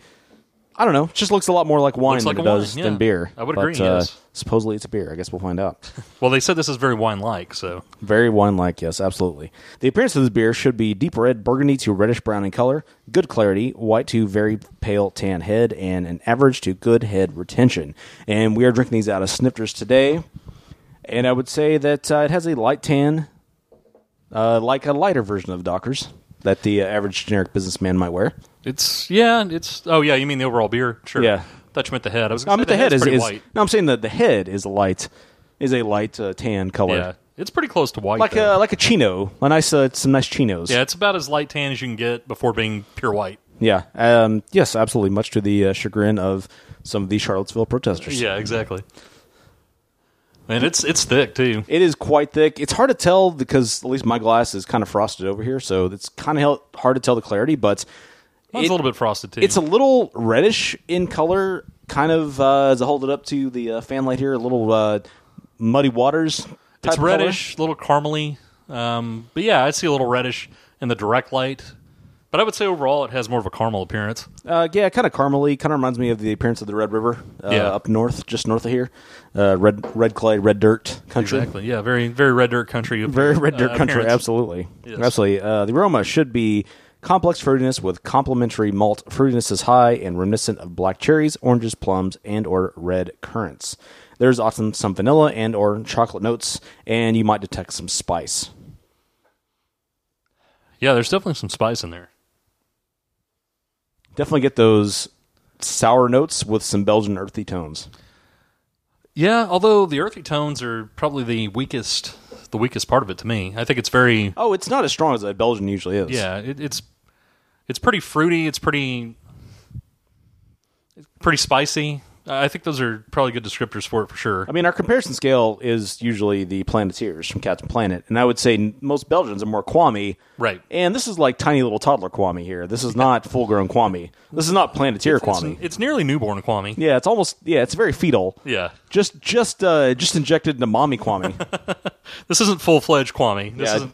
I don't know. It just looks a lot more like wine
Looks
than
like
it
a wine,
does than
yeah.
beer.
I would
But,
agree,
uh,
yes.
Supposedly it's a beer. I guess we'll find out.
Well, they said this is very wine like, so
Very wine like, yes, absolutely. The appearance of this beer should be deep red, burgundy to reddish brown in color, good clarity, white to very pale tan head, and an average to good head retention. And we are drinking these out of Snifters today. And I would say that uh, it has a light tan, uh, like a lighter version of Dockers that the uh, average generic businessman might wear.
it's yeah, it's oh yeah, you mean the overall beer? Sure.
Yeah.
Thought you meant the head. I was
I
gonna
mean,
say
the head
head's
is,
pretty
is
white.
no. I'm saying that the head is a light, is a light uh, tan color,
Yeah. It's pretty close to white.
like
though.
a like a chino, a nice uh, some nice chinos.
Yeah, it's about as light tan as you can get before being pure white.
Yeah. Um, yes, absolutely. Much to the uh, chagrin of some of the Charlottesville protesters.
Yeah, exactly. And it's it's thick too.
It is quite thick. It's hard to tell because at least my glass is kind of frosted over here, so it's kind of hard to tell the clarity. But
Mine's
it-
a little bit frosted too.
it's a little reddish in color, kind of uh, as I hold it up to the uh, fan light here, a little uh, muddy waters. type
it's
color.
reddish, a little caramely. Um, but yeah, I see a little reddish in the direct light. But I would say overall it has more of a caramel appearance.
Uh, yeah, kind of caramely. Kind of reminds me of the appearance of the Red River uh,
Yeah.
up north, just north of here. Uh, red, red clay, red dirt country.
Exactly. Yeah, very very red dirt country.
Very red dirt
uh,
country,
appearance.
absolutely.
Yes.
Absolutely. Uh, the aroma should be complex fruitiness with complementary malt. Fruitiness is high and reminiscent of black cherries, oranges, plums, and or red currants. There's often some vanilla and or chocolate notes, and you might detect some spice.
Yeah, there's definitely some spice in there.
Definitely get those sour notes with some Belgian earthy tones.
Yeah, although the earthy tones are probably the weakest, the weakest part of it to me. I think it's very,
Oh, it's not as strong as a Belgian usually is.
yeah, it, it's, it's pretty fruity. It's pretty, it's pretty spicy. I think those are probably good descriptors for it for sure.
I mean, our comparison scale is usually the Planeteers from Captain Planet, and I would say n- most Belgians are more Kwame.
Right.
And this is like tiny little toddler Kwame here. This is not full grown Kwame. This is not Planeteer
It's-
Kwame.
It's nearly newborn Kwame.
yeah, it's almost yeah, it's very fetal.
Yeah.
Just just uh just injected into mommy Kwame.
This isn't full fledged Kwame. This
Yeah.
isn't.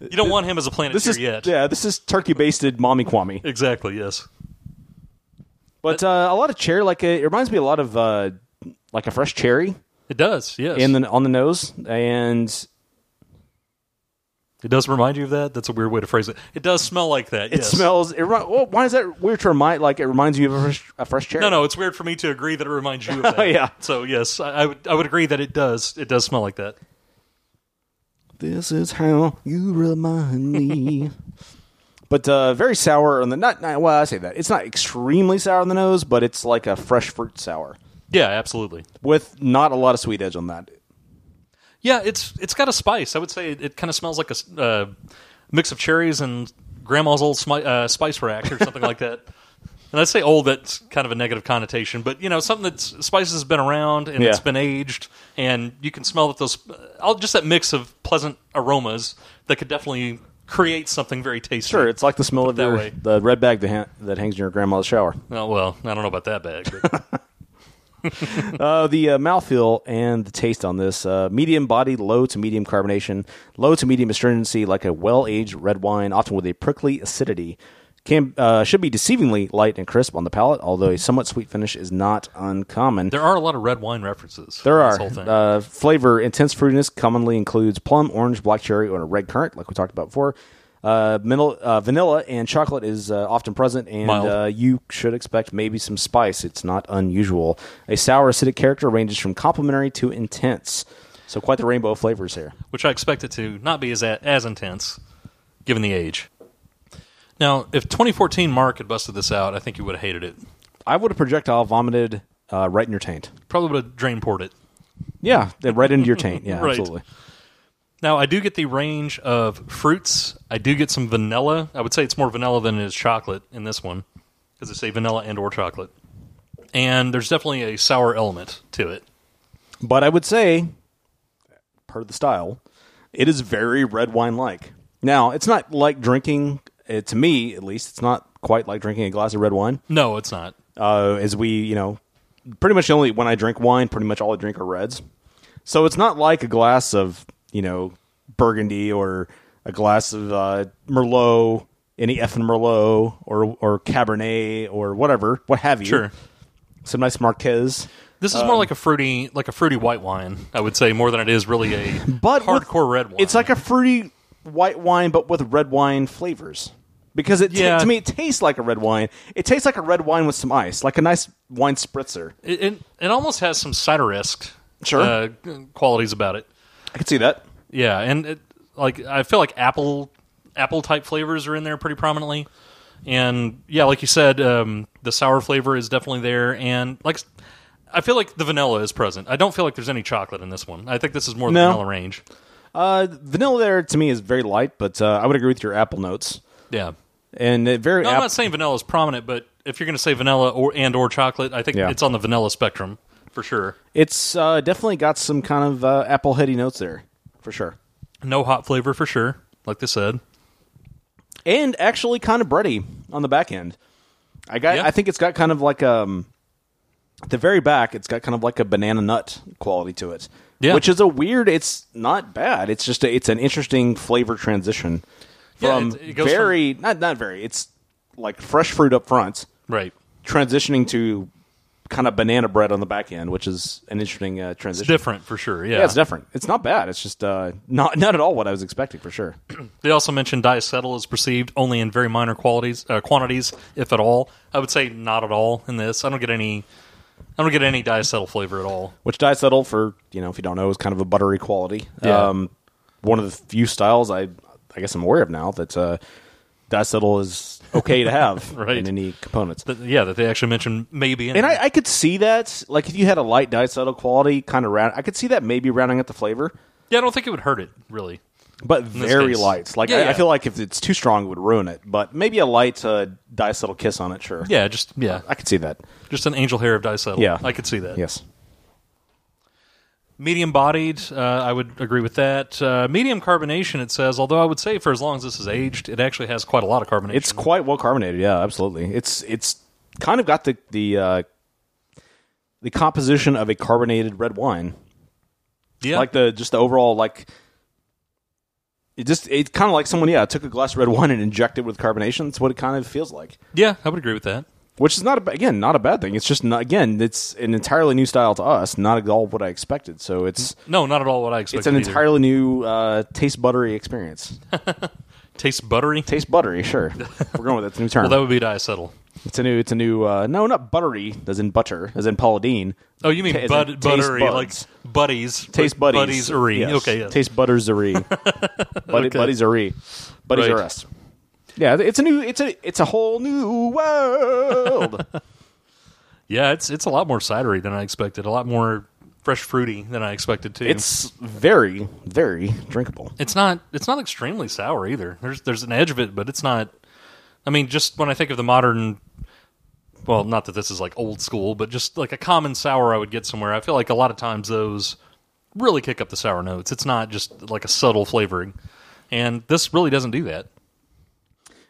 You don't want him as a planeteer
This is
yet.
yeah, this is turkey basted mommy Kwame.
Exactly. Yes.
But uh, a lot of cherry, like uh, it reminds me a lot of uh, like a fresh cherry
It does. Yes.
in the on the nose, and
it does remind you of that. That's a weird way to phrase it. It does smell like that.
it
yes.
smells. It, remi- well, why is that weird to remind? Like it reminds you of a fresh, a fresh cherry.
No, no, it's weird for me to agree that it reminds you of that.
Yeah.
So yes, I, I would I would agree that it does. It does smell like that.
This is how you remind me. but uh, very sour on the not, not. Well, I say that it's not extremely sour on the nose, but it's like a fresh fruit sour
Yeah, absolutely.
with not a lot of sweet edge on that.
Yeah, it's it's got a spice. I would say it, it kind of smells like a s- uh, mix of cherries and grandma's old smi- uh, spice rack or something like that. And I say old, that's kind of a negative connotation, but you know something that's spices has been around and
Yeah.
it's been aged, and you can smell that those, uh, all just that mix of pleasant aromas that could definitely create something very tasty.
Sure, it's like the smell of
that
your,
way.
the red bag that, ha- that hangs in your grandma's shower.
Oh, well, I don't know about that bag. But
Uh, the uh, mouthfeel and the taste on this uh, medium body, low to medium carbonation, low to medium astringency, like a well aged red wine, often with a prickly acidity. Can uh, should be deceivingly light and crisp on the palate, although a somewhat sweet finish is not uncommon.
there are a lot of red wine references.
There
in
are
This whole thing.
Uh, flavor intense fruitiness commonly includes plum, orange, black cherry, or a red currant, like we talked about before. Uh, vanil- uh, vanilla and chocolate is uh, often present, and
Mild.
uh, you should expect maybe some spice. It's not unusual. A sour acidic character ranges from complimentary to intense, so quite the rainbow of flavors here.
which I expect it to not be as as intense, given the age. Now, if 2014 Mark had busted this out, I think you would have hated it.
I would have projectile vomited uh, right in your taint.
Probably would have drain poured it.
Yeah, right into your taint. Yeah,
Right.
absolutely.
Now, I do get the range of fruits. I do get some vanilla. I would say it's more vanilla than it is chocolate in this one, because they say vanilla and or chocolate. And there's definitely a sour element to it.
But I would say, per the style, it is very red wine like. Now, it's not like drinking, uh, to me at least, it's not quite like drinking a glass of red wine.
No, it's not.
Uh, as we, you know, pretty much only when I drink wine, pretty much all I drink are reds. So it's not like a glass of, you know, burgundy or a glass of uh, Merlot, any effing Merlot or, or Cabernet or whatever, what have you.
Sure.
Some nice Marquez.
This is more like a fruity, like a fruity white wine. I would say more than it is really a
but with-
hardcore red wine.
It's like a fruity white wine, but with red wine flavors. Because it ta-
Yeah.
to me, it tastes like a red wine. It tastes like a red wine with some ice, like a nice wine spritzer.
It, it, it almost has some cider esque
Sure.
uh, qualities about it.
I can see that.
Yeah, and it, like I feel like apple apple type flavors are in there pretty prominently. And yeah, like you said, um, the sour flavor is definitely there, and like I feel like the vanilla is present. I don't feel like there's any chocolate in this one. I think this is more the
No.
vanilla range.
Uh, vanilla there to me is very light, but uh, I would agree with your apple notes
Yeah.
and it very.
No, I'm
app-
not saying vanilla is prominent, but if you're going to say vanilla or and or chocolate, I think
Yeah.
it's on the vanilla spectrum for sure.
it's uh, definitely got some kind of uh, apple heady notes there for sure,
No hot flavor for sure, like they said.
and actually kind of bready on the back end. I got.
Yeah.
I think it's got kind of like um, at the very back. It's got kind of like a banana nut quality to it.
Yeah.
Which is a weird. It's not bad. It's just a, it's an interesting flavor transition
Yeah,
from
it- it goes
very not not very. It's like fresh fruit up front,
Right.
transitioning to kind of banana bread on the back end, which is an interesting uh, transition.
different for sure. Yeah,
yeah, it's different. It's not bad. It's just uh, not not at all what I was expecting for sure.
they also mentioned diacetyl is perceived only in very minor qualities uh, quantities, if at all. I would say not at all in this. I don't get any. I don't get any diacetyl flavor at all.
which diacetyl for you know if you don't know is kind of a buttery quality.
Yeah.
Um, one of the few styles I I guess I'm aware of now that uh, diacetyl is okay to have
Right.
in any components.
But, yeah, that they actually mentioned maybe. In
and
it.
I, I could see that, like if you had a light diacetyl quality, kind of round, I could see that maybe rounding out the flavor.
yeah, I don't think it would hurt it really.
but
this
very
case.
light. Like
Yeah,
I, I
yeah.
feel like if it's too strong, it would ruin it. But maybe a light uh, diacetyl kiss on it, sure.
Yeah, just yeah,
I could see that.
just an angel hair of diacetyl.
Yeah.
I could see that.
Yes.
Medium bodied, uh, I would agree with that. Uh, medium carbonation, it says, although I would say for as long as this is aged, it actually has quite a lot of carbonation.
It's quite well carbonated. Yeah, absolutely. It's it's kind of got the the uh, the composition of a carbonated red wine.
yeah.
Like the just the overall like it just it's kind of like someone yeah took a glass of red wine and injected it with carbonation. That's what it kind of feels like.
yeah, I would agree with that.
Which is not a, ba- again not a bad thing. It's just not again it's an entirely new style to us. Not at all what I expected. So it's
No, not at all what I
it's
expected.
an
either.
entirely new uh, taste buttery experience.
tastes buttery.
taste buttery, sure. We're going with that new term.
well, that would be diacetyl.
It's a new. It's a new. Uh, no, not buttery, as in butter, as in Paula Deen.
Oh, you
Ta-
mean
as in
bud,
taste
buttery, like
buds.
buddies.
taste
like
buddies?
Buddies-ery.
Yes.
Okay, yes.
Taste buttersery. Buddy,
Okay.
Buddies are Buddies
Right.
are us. Yeah, it's a new. It's a. It's a whole new world.
yeah, it's it's a lot more cidery than I expected, a lot more fresh fruity than I expected, too.
it's very, very drinkable.
it's not it's not extremely sour either. There's there's an edge of it, but it's not. I mean, just when I think of the modern, well, not that this is like old school, but just like a common sour I would get somewhere. I feel like a lot of times those really kick up the sour notes. It's not just like a subtle flavoring, and this really doesn't do that.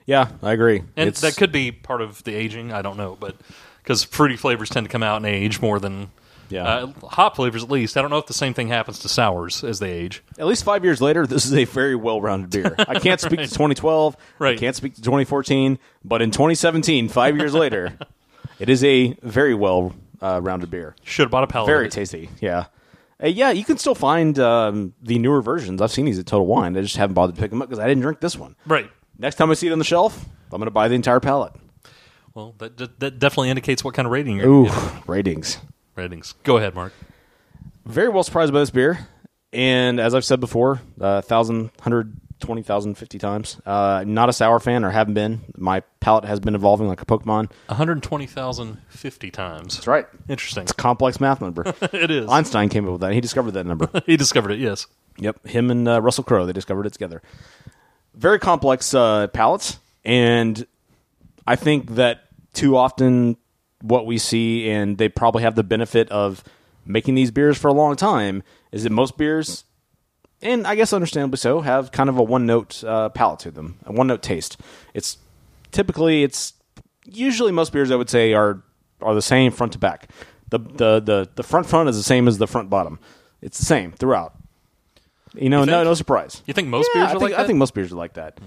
Yeah, I agree.
And
it's,
that could be part of the aging. I don't know, but because fruity flavors tend to come out in age more than
Yeah.
uh, hot flavors, at least. I don't know if the same thing happens to sours as they age.
at least five years later. This is a very well-rounded beer. I can't speak to 2012. I
Right.
can't speak to 2014. But in 2017, five years later, it is a very well-rounded beer.
Should have bought a pallet.
very
of it.
tasty. Yeah, Uh, yeah. You can still find um, the newer versions. I've seen these at Total Wine. I just haven't bothered to pick them up because I didn't drink this one.
right.
Next time I see it on the shelf, I'm going to buy the entire pallet.
Well, that that- that definitely indicates what kind of rating you're
Ooh,
giving
ratings.
ratings. Go ahead, Mark.
Very well surprised by this beer, and as I've said before, uh, thousand, hundred, twenty thousand, fifty times. Uh, not a sour fan, or haven't been. My palate has been evolving like a Pokemon.
120,050 times. That's
right.
Interesting.
It's a complex math number.
It is.
Einstein came up with that. He discovered that number.
he discovered it, yes.
Yep, him and uh, Russell Crowe they discovered it together. Very complex uh, palettes, and I think that too often what we see, and they probably have the benefit of making these beers for a long time, is that most beers, and I guess understandably so, have kind of a one note uh, palate to them, a one note taste. It's typically it's usually most beers I would say are are the same front to back. The the the, the front front is the same as the front bottom. It's the same throughout. You know, no,
think?
no surprise.
You think most
Yeah,
beers
I
are
think,
like that?
I think most beers are like that.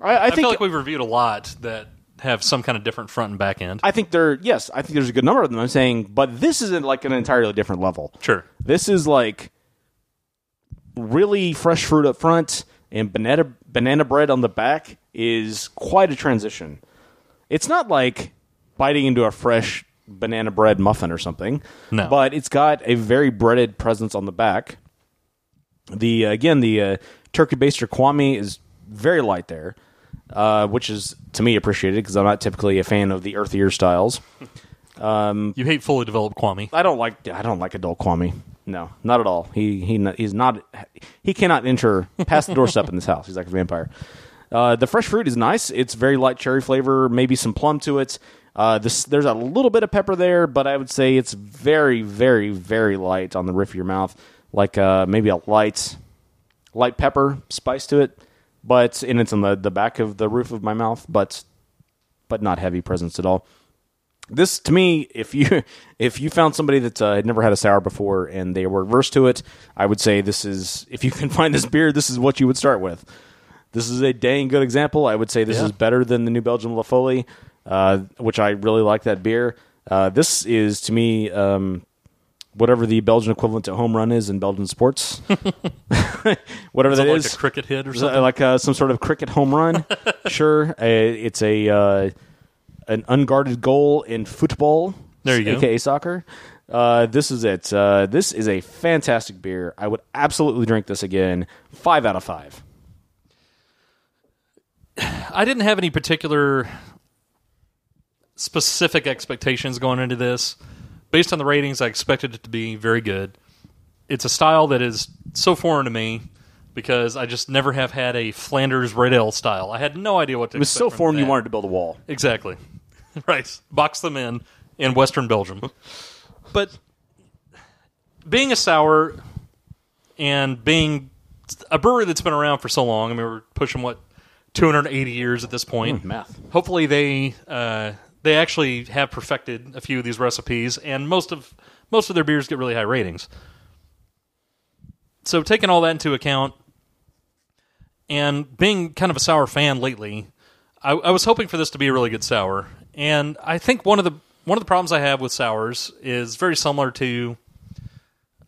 I, I
Hmm. I
think
feel like we've reviewed a lot that have some kind of different front and back end.
I think there. Yes, I think there's a good number of them. I'm saying, but this isn't like an entirely different level.
Sure.
This is like really fresh fruit up front and banana banana bread on the back is quite a transition. It's not like biting into a fresh banana bread muffin or something.
No.
But it's got a very breaded presence on the back. The again the uh, turkey baster kwame is very light there, uh, which is to me appreciated because I'm not typically a fan of the earthier styles.
you hate fully developed Kwame.
I don't like I don't like adult Kwame. No, not at all. He he not, he's not he cannot enter past the doorstep in this house. He's like a vampire. Uh, the fresh fruit is nice. It's very light cherry flavor, maybe some plum to it. Uh, this there's a little bit of pepper there, but I would say it's very very very light on the roof of your mouth, like uh, maybe a light light pepper spice to it. But and it's on the, the back of the roof of my mouth, but but not heavy presence at all this to me if you if you found somebody that uh, had never had a sour before and they were averse to it i would say this is if you can find this beer this is what you would start with this is a dang good example i would say this
Yeah.
is better than the new belgium la folie uh, which i really like that beer uh, this is to me um, whatever the belgian equivalent to home run is in belgian sports whatever
Is
that
it like
is
a cricket hit or
is that
something?
like uh, some sort of cricket home run. sure, uh, it's a uh, an unguarded goal in football.
There you go.
aka soccer. Uh, this is it. Uh, this is a fantastic beer. I would absolutely drink this again. Five out of five.
I didn't have any particular specific expectations going into this. Based on the ratings, I expected it to be very good. It's a style that is so foreign to me because I just never have had a Flanders red ale style. I had no idea what to
It was
expect
so
from
formed you
that.
wanted to build a wall.
Exactly. right. Box them in in Western Belgium. But being a sour and being a brewery that's been around for so long, I mean, we're pushing what 280 years at this point.
math.
Hopefully, they uh, they actually have perfected a few of these recipes, and most of most of their beers get really high ratings. So, taking all that into account, and being kind of a sour fan lately, I, I was hoping for this to be a really good sour. And I think one of the one of the problems I have with sours is very similar to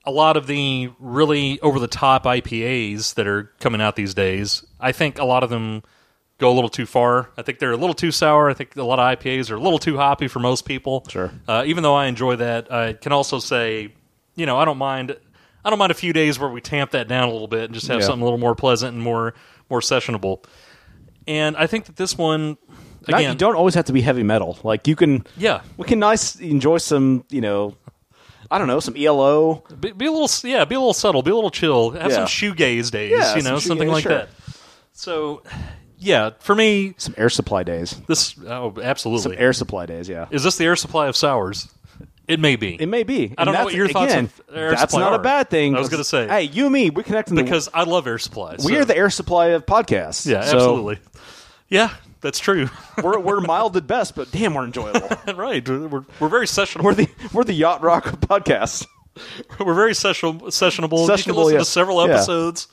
a lot of the really over the top IPAs that are coming out these days. I think a lot of them go a little too far. I think they're a little too sour. I think a lot of IPAs are a little too hoppy for most people.
Sure.
Uh, even though I enjoy that, I can also say, you know, I don't mind. I don't mind a few days where we tamp that down a little bit and just have
Yeah.
something a little more pleasant and more more sessionable. And I think that this one
Not-
again,
you don't always have to be heavy metal. Like you can,
Yeah.
we can nice enjoy some, you know, I don't know, some E ELO.
be, be a little yeah, be a little subtle, be a little chill, have
Yeah.
some shoegaze days,
Yeah,
you
some
know, something
shoegaze,
like
sure.
that. So, yeah, for me,
some air supply days.
this oh,
Some
absolutely
air supply days, yeah.
is this the air supply of sours? It may be.
It may be.
I
And
don't know
that's-
what your thoughts
again,
of air
That's
supply
not a
are.
bad thing.
I was gonna say.
hey, you and me, we're connecting
because I love air supply.
the, we
so-
are the air supply of podcasts.
yeah,
So
absolutely. Yeah, that's true.
We're we're mild at best, but damn, we're enjoyable.
right, we're, we're very sessionable.
we're the we're the yacht rock of podcasts.
we're very session, sessionable. You can
Sessionable,
listen
yes.
to several
Yeah.
episodes.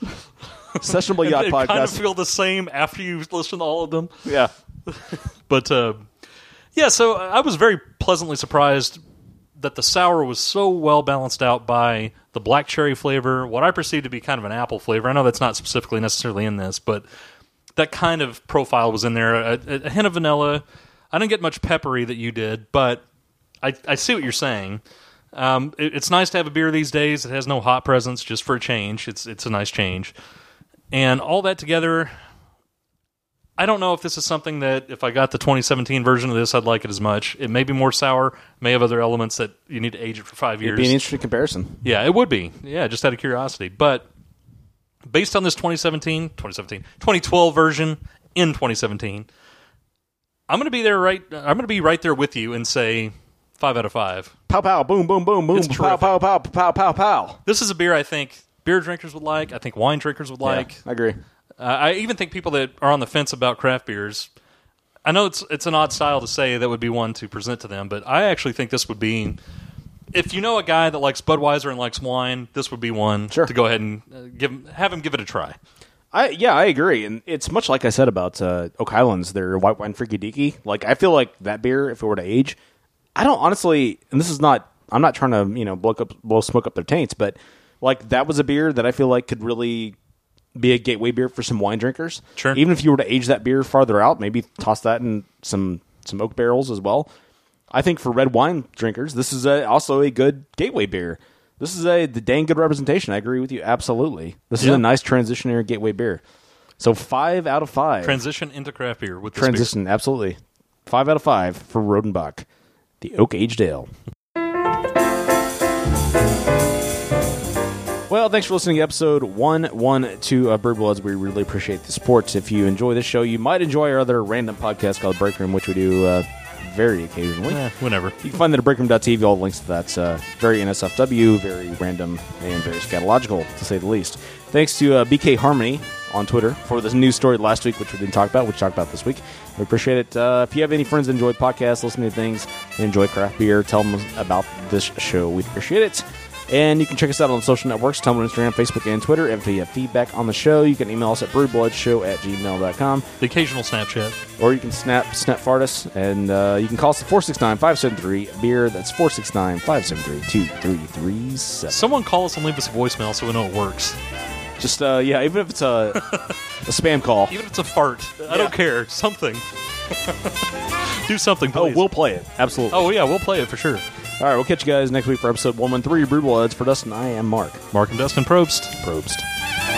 Sessionable yacht
they kind of
podcast.
feel the same after you listen to all of them.
yeah,
But uh, yeah, so I was very pleasantly surprised that the sour was so well balanced out by the black cherry flavor, what I perceive to be kind of an apple flavor. I know that's not specifically necessarily in this, but that kind of profile was in there. A, a- a hint of vanilla. I didn't get much peppery that you did, but I, I see what you're saying. Um, it- it's nice to have a beer these days. It has no hot presence, just for a change. It's it's a nice change, and all that together, I don't know if this is something that if I got the 2017 version of this, I'd like it as much. It may be more sour, may have other elements that you need to age it for five years.
it'd be an interesting comparison.
yeah, it would be. Yeah, just out of curiosity. But based on this 2017, 2017, 2012 version in 2017, I'm going to be there right. I'm going to be right there with you and say five out of five.
Pow pow, boom boom boom boom,
It's
pow pow pow pow pow pow.
This is a beer I think beer drinkers would like. I think wine drinkers would like.
yeah, I agree.
Uh, I even think people that are on the fence about craft beers. I know it's it's an odd style to say that would be one to present to them, but I actually think this would be. If you know a guy that likes Budweiser and likes wine, this would be one
Sure.
to go ahead and uh, give have him give it a try.
I yeah, I agree, and it's much like I said about uh, Oak Highlands, their white wine freaky deaky. Like I feel like that beer, if it were to age, I don't honestly, and this is not, I'm not trying to you know blow up, blow smoke up their taints, but like that was a beer that I feel like could really be a gateway beer for some wine drinkers.
Sure.
Even if you were to age that beer farther out, maybe toss that in some some oak barrels as well. I think for red wine drinkers, this is a, also a good gateway beer. This is a the dang good representation. I agree with you absolutely. This is
Yeah.
a nice transitionary gateway beer. So five out of five
Transition into craft beer with this beer.
transition absolutely five out of five for Rodenbach, the oak aged ale. Well, thanks for listening to episode 112 of Brew Bloods. We really appreciate the support. If you enjoy this show, you might enjoy our other random podcast called Break Room, which we do uh, very occasionally.
Eh, whenever.
You can find that at breakroom.tv. All the links to that's uh, very NSFW, very random, and very scatological, to say the least. Thanks to uh, BK Harmony on Twitter for this news story last week, which we didn't talk about, which we talked about this week. We appreciate it. Uh, if you have any friends that enjoy podcasts, listen to things, and enjoy craft beer, tell them about this show. We'd appreciate it. And you can check us out on social networks, Tumblr, Instagram, Facebook, and Twitter. If you have feedback on the show, you can email us at brewbloodshow at gmail.com
The occasional Snapchat.
or you can snap snap fart us and uh, you can call us at 469-573 beer that's 469-573-2337
Someone call us and leave us a voicemail so we know it works.
just uh, yeah even if it's a, a spam call
Even if it's a fart, I don't care. Something. Do something,
oh
please.
we'll play it absolutely
oh yeah, we'll play it for sure.
all right we'll catch you guys next week for episode 113 of brew bloods for dustin i am mark
Mark and Dustin Probst.
probst